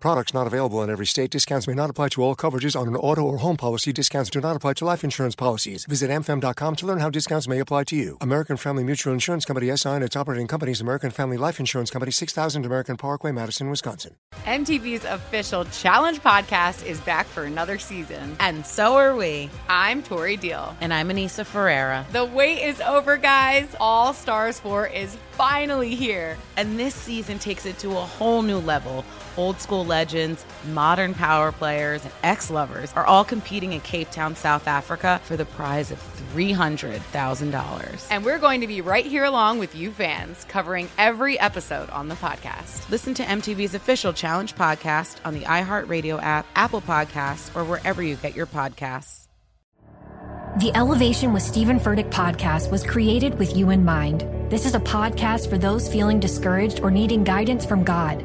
Products not available in every state. Discounts may not apply to all coverages on an auto or home policy. Discounts do not apply to life insurance policies. Visit mfm.com to learn how discounts may apply to you. American Family Mutual Insurance Company SI and its operating companies, American Family Life Insurance Company, 6000 American Parkway, Madison, Wisconsin. MTV's official Challenge podcast is back for another season. And so are we. I'm Tori Deal. And I'm Anissa Ferreira. The wait is over, guys. All Stars 4 is finally here. And this season takes it to a whole new level. Old school legends, modern power players, and ex lovers are all competing in Cape Town, South Africa for the prize of $300,000. And we're going to be right here along with you fans, covering every episode on the podcast. Listen to MTV's official Challenge podcast on the iHeartRadio app, Apple Podcasts, or wherever you get your podcasts. The Elevation with Stephen Furtick podcast was created with you in mind. This is a podcast for those feeling discouraged or needing guidance from God.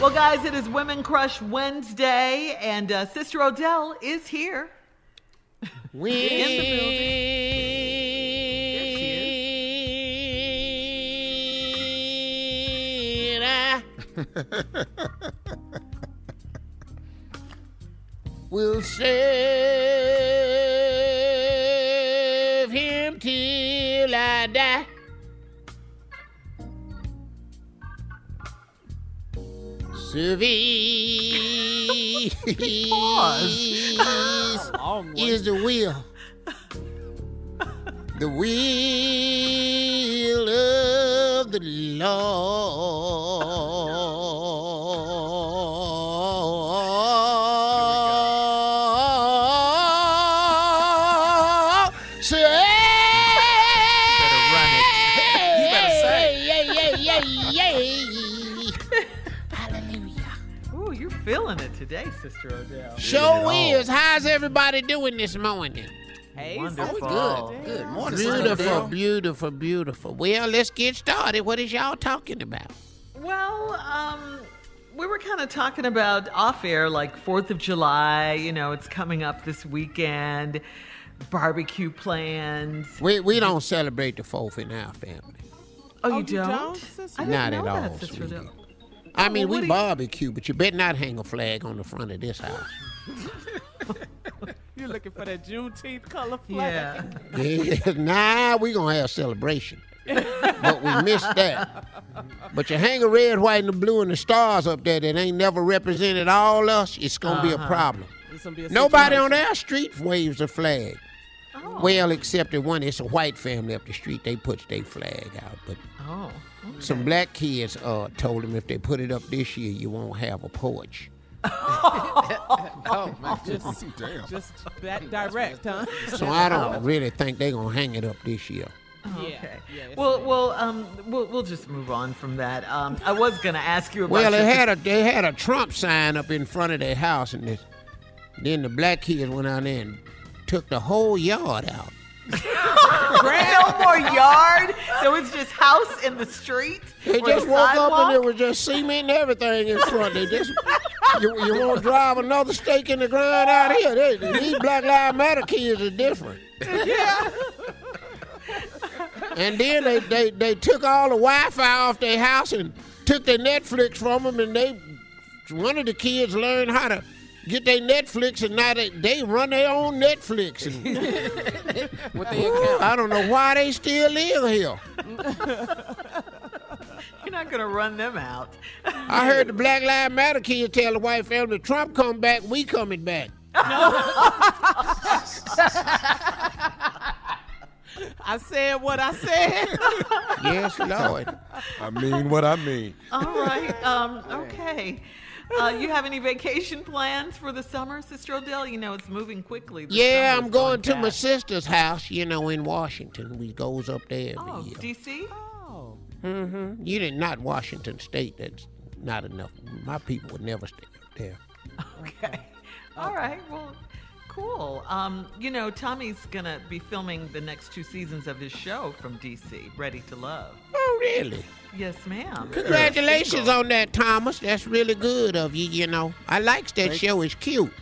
Well, guys, it is Women Crush Wednesday, and uh, Sister Odell is here. We In the building. will serve him till I die. Service is the will, the will of the Lord. So, You better say yeah, yeah, yeah, yeah. Hallelujah. Ooh, you're feeling it today, Sister Odell. Show is. How's everybody doing this morning? Hey, Good, Wonderful. good morning. Beautiful, beautiful, beautiful. Well, let's get started. What is y'all talking about? Well, um, we were kind of talking about off air, like Fourth of July. You know, it's coming up this weekend. Barbecue plans. We we don't celebrate the fourth in our family. Oh, you don't? I Not didn't at know all, that, Sister sweetie. Odell. I mean, what do we you- barbecue, but you better not hang a flag on the front of this house. You're looking for that Juneteenth color flag. Yeah. Yeah, nah, we gonna have celebration, but we missed that. But you hang a red, white, and the blue and the stars up there that ain't never represented all us. It's gonna be a problem. Uh-huh. It's gonna be a Nobody situation. Oh. on our street waves a flag. Well, except the one. It's a white family up the street. They put their flag out, but Oh. some black kids uh, told them if they put it up this year, you won't have a porch. Oh, just, just that direct, huh? So I don't really think they're gonna hang it up this year. Yeah. Okay. yeah, it's well, well, um, we'll we'll just move on from that. Um, I was gonna ask you about. Well, they your- had a they had a Trump sign up in front of their house, and this, then the black kids went out there and took the whole yard out. no more yard. So it's just house in the street. They or just the woke up sidewalk? and it was just cement and everything in front. They just you, you want to drive another stake in the ground out here. They, these Black Lives Matter kids are different. Yeah. And then they, they, they took all the Wi-Fi off their house and took their Netflix from them. And they one of the kids learned how to get their Netflix, and now they, they run their own Netflix. And, I don't know why they still live here. You're not gonna run them out. I heard the Black Lives Matter kids tell the white family, Trump come back, we coming back. I said what I said. Yes, Lord. I mean what I mean. All right. Um, okay. Uh, you have any vacation plans for the summer, Sister Odell? You know it's moving quickly. The Yeah, summer's I'm going to fast. my sister's house, you know, in Washington. We goes up there every Oh, year. DC. Mm-hmm. You did not Washington State. That's not enough. My people would never stay up there. Okay. All right. Well, cool. Um, you know, Tommy's gonna be filming the next two seasons of his show from DC, Ready to Love. Um, Oh, really? Yes, ma'am. Congratulations on that, Thomas. That's really good of you, you know. I likes that Thank show. It's cute.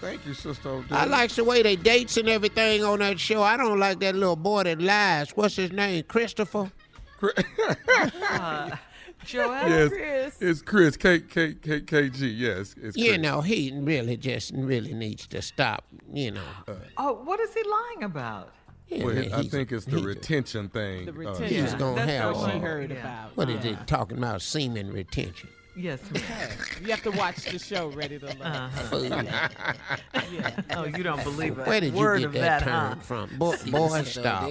Thank you, Sister Odell. I likes the way they dates and everything on that show. I don't like that little boy that lies. What's his name? Christopher? Uh, Joel. yes, It's Chris K K K K G. Yes, it's You Chris. know, he really just really needs to stop, you know. Oh, what is he lying about? Yeah, Uh, Well, man, I he's- think it's the retention thing. The uh, retention. He's gonna That's have what she Uh-huh. uh, heard Yeah. about. What is it talking about? Semen retention. Yes, ma'am. You have to watch the show Ready to Love. Food. Yeah. Oh, you don't believe Where a did you word get of that, that, term huh? from? Boy, boy stop.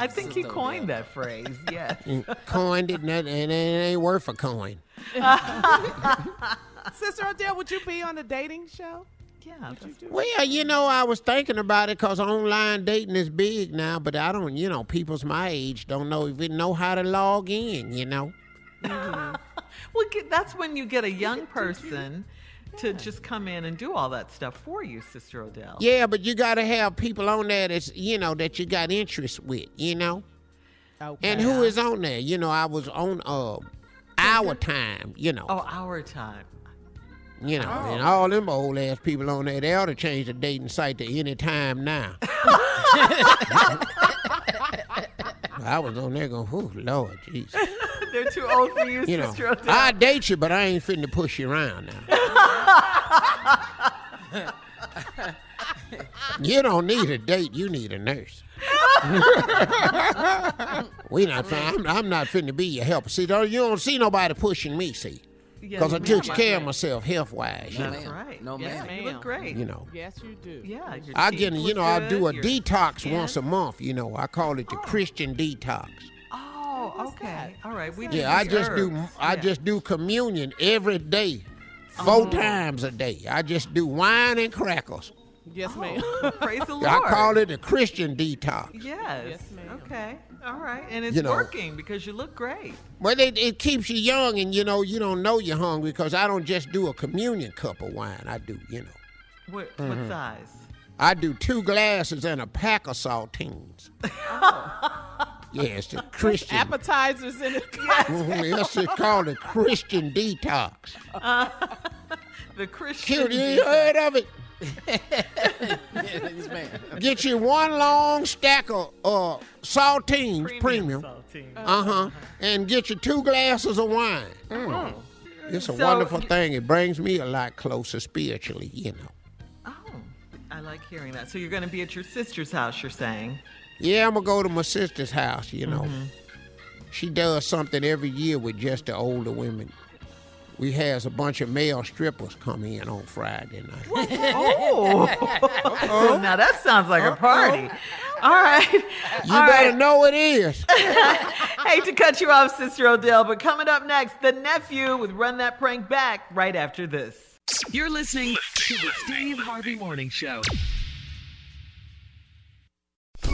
I think he coined that phrase. Yes. Coined it, and it and it ain't worth a coin. Sister Odell, would you be on a dating show? Yeah. that's- Well, you know, I was thinking about it because online dating is big now, but I don't, you know, people's my age don't know even know how to log in, you know. Well, get, that's when you get a young person to just come in and do all that stuff for you, Sister Odell. Yeah, but you got to have people on there that's, you know, that you got interest with, you know. Okay. And who is on there? You know, I was on uh, our time, you know. Oh, our time. You know, and all them old ass people on there, they ought to change the dating site to any time now. I was on there going, oh, Lord, Jesus. They're too old for you, You know, Sister Odell. I date you, but I ain't fitting to push you around now. you don't need a date, you need a nurse. we not, fin- I'm, I'm not finna be your helper. See, though, you don't see nobody pushing me, see. Yes, Because I ma'am, took care of think. myself health wise, you know. That's right. No, yes, ma'am. You look great. You know. Yes, you do. Yeah. your I teeth get, you look know, I good, Oh. do a your- detox skin. once a month. You know, I call it the Christian detox. Oh, okay. All right. We Yeah, I the just do, herbs. I Yeah. Uh-huh. just do communion every day, four times a day. I just do wine and crackers. Yes, ma'am. praise the Lord. I call it the Christian detox. Yes. Yes, ma'am. Okay. All right. And it's You know. working because you look great. Well, it, it keeps you young, and you know, you don't know you're hungry because I don't just do a communion cup of wine. I do, you know, What, Mm-hmm. what size? I do two glasses and a pack of saltines. Oh. yeah, it's the Christian. Appetizers in it. Mhm, That's it called a Christian detox. The Christian. Cute, you ain't heard of it? yes, ma'am. Get you one long stack of uh, saltines, premium, saltine. uh huh, and get you two glasses of wine. Mm. It's a Oh. So wonderful you- thing. It brings me a lot closer spiritually, you know. Oh, I like hearing that. So you're going to be at your sister's house, you're saying? Yeah, I'm gonna go to my sister's house, you know. Mm-hmm. She does something every year with just the older women. We has a bunch of male strippers come in on Friday night. Oh, now that sounds like a party. All right. You All better right. know it is. Hate to cut you off, Sister Odell, but coming up next, the nephew with Run That Prank Back right after this. You're listening to the Steve Harvey Morning Show.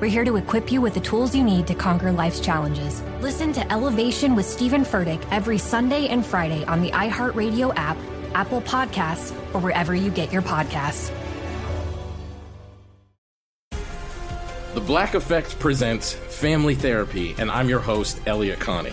We're here to equip you with the tools you need to conquer life's challenges. Listen to Elevation with Stephen Furtick every Sunday and Friday on the iHeartRadio app, Apple Podcasts, or wherever you get your podcasts. The Black Effect presents Family Therapy, and I'm your host, Elliot Connie.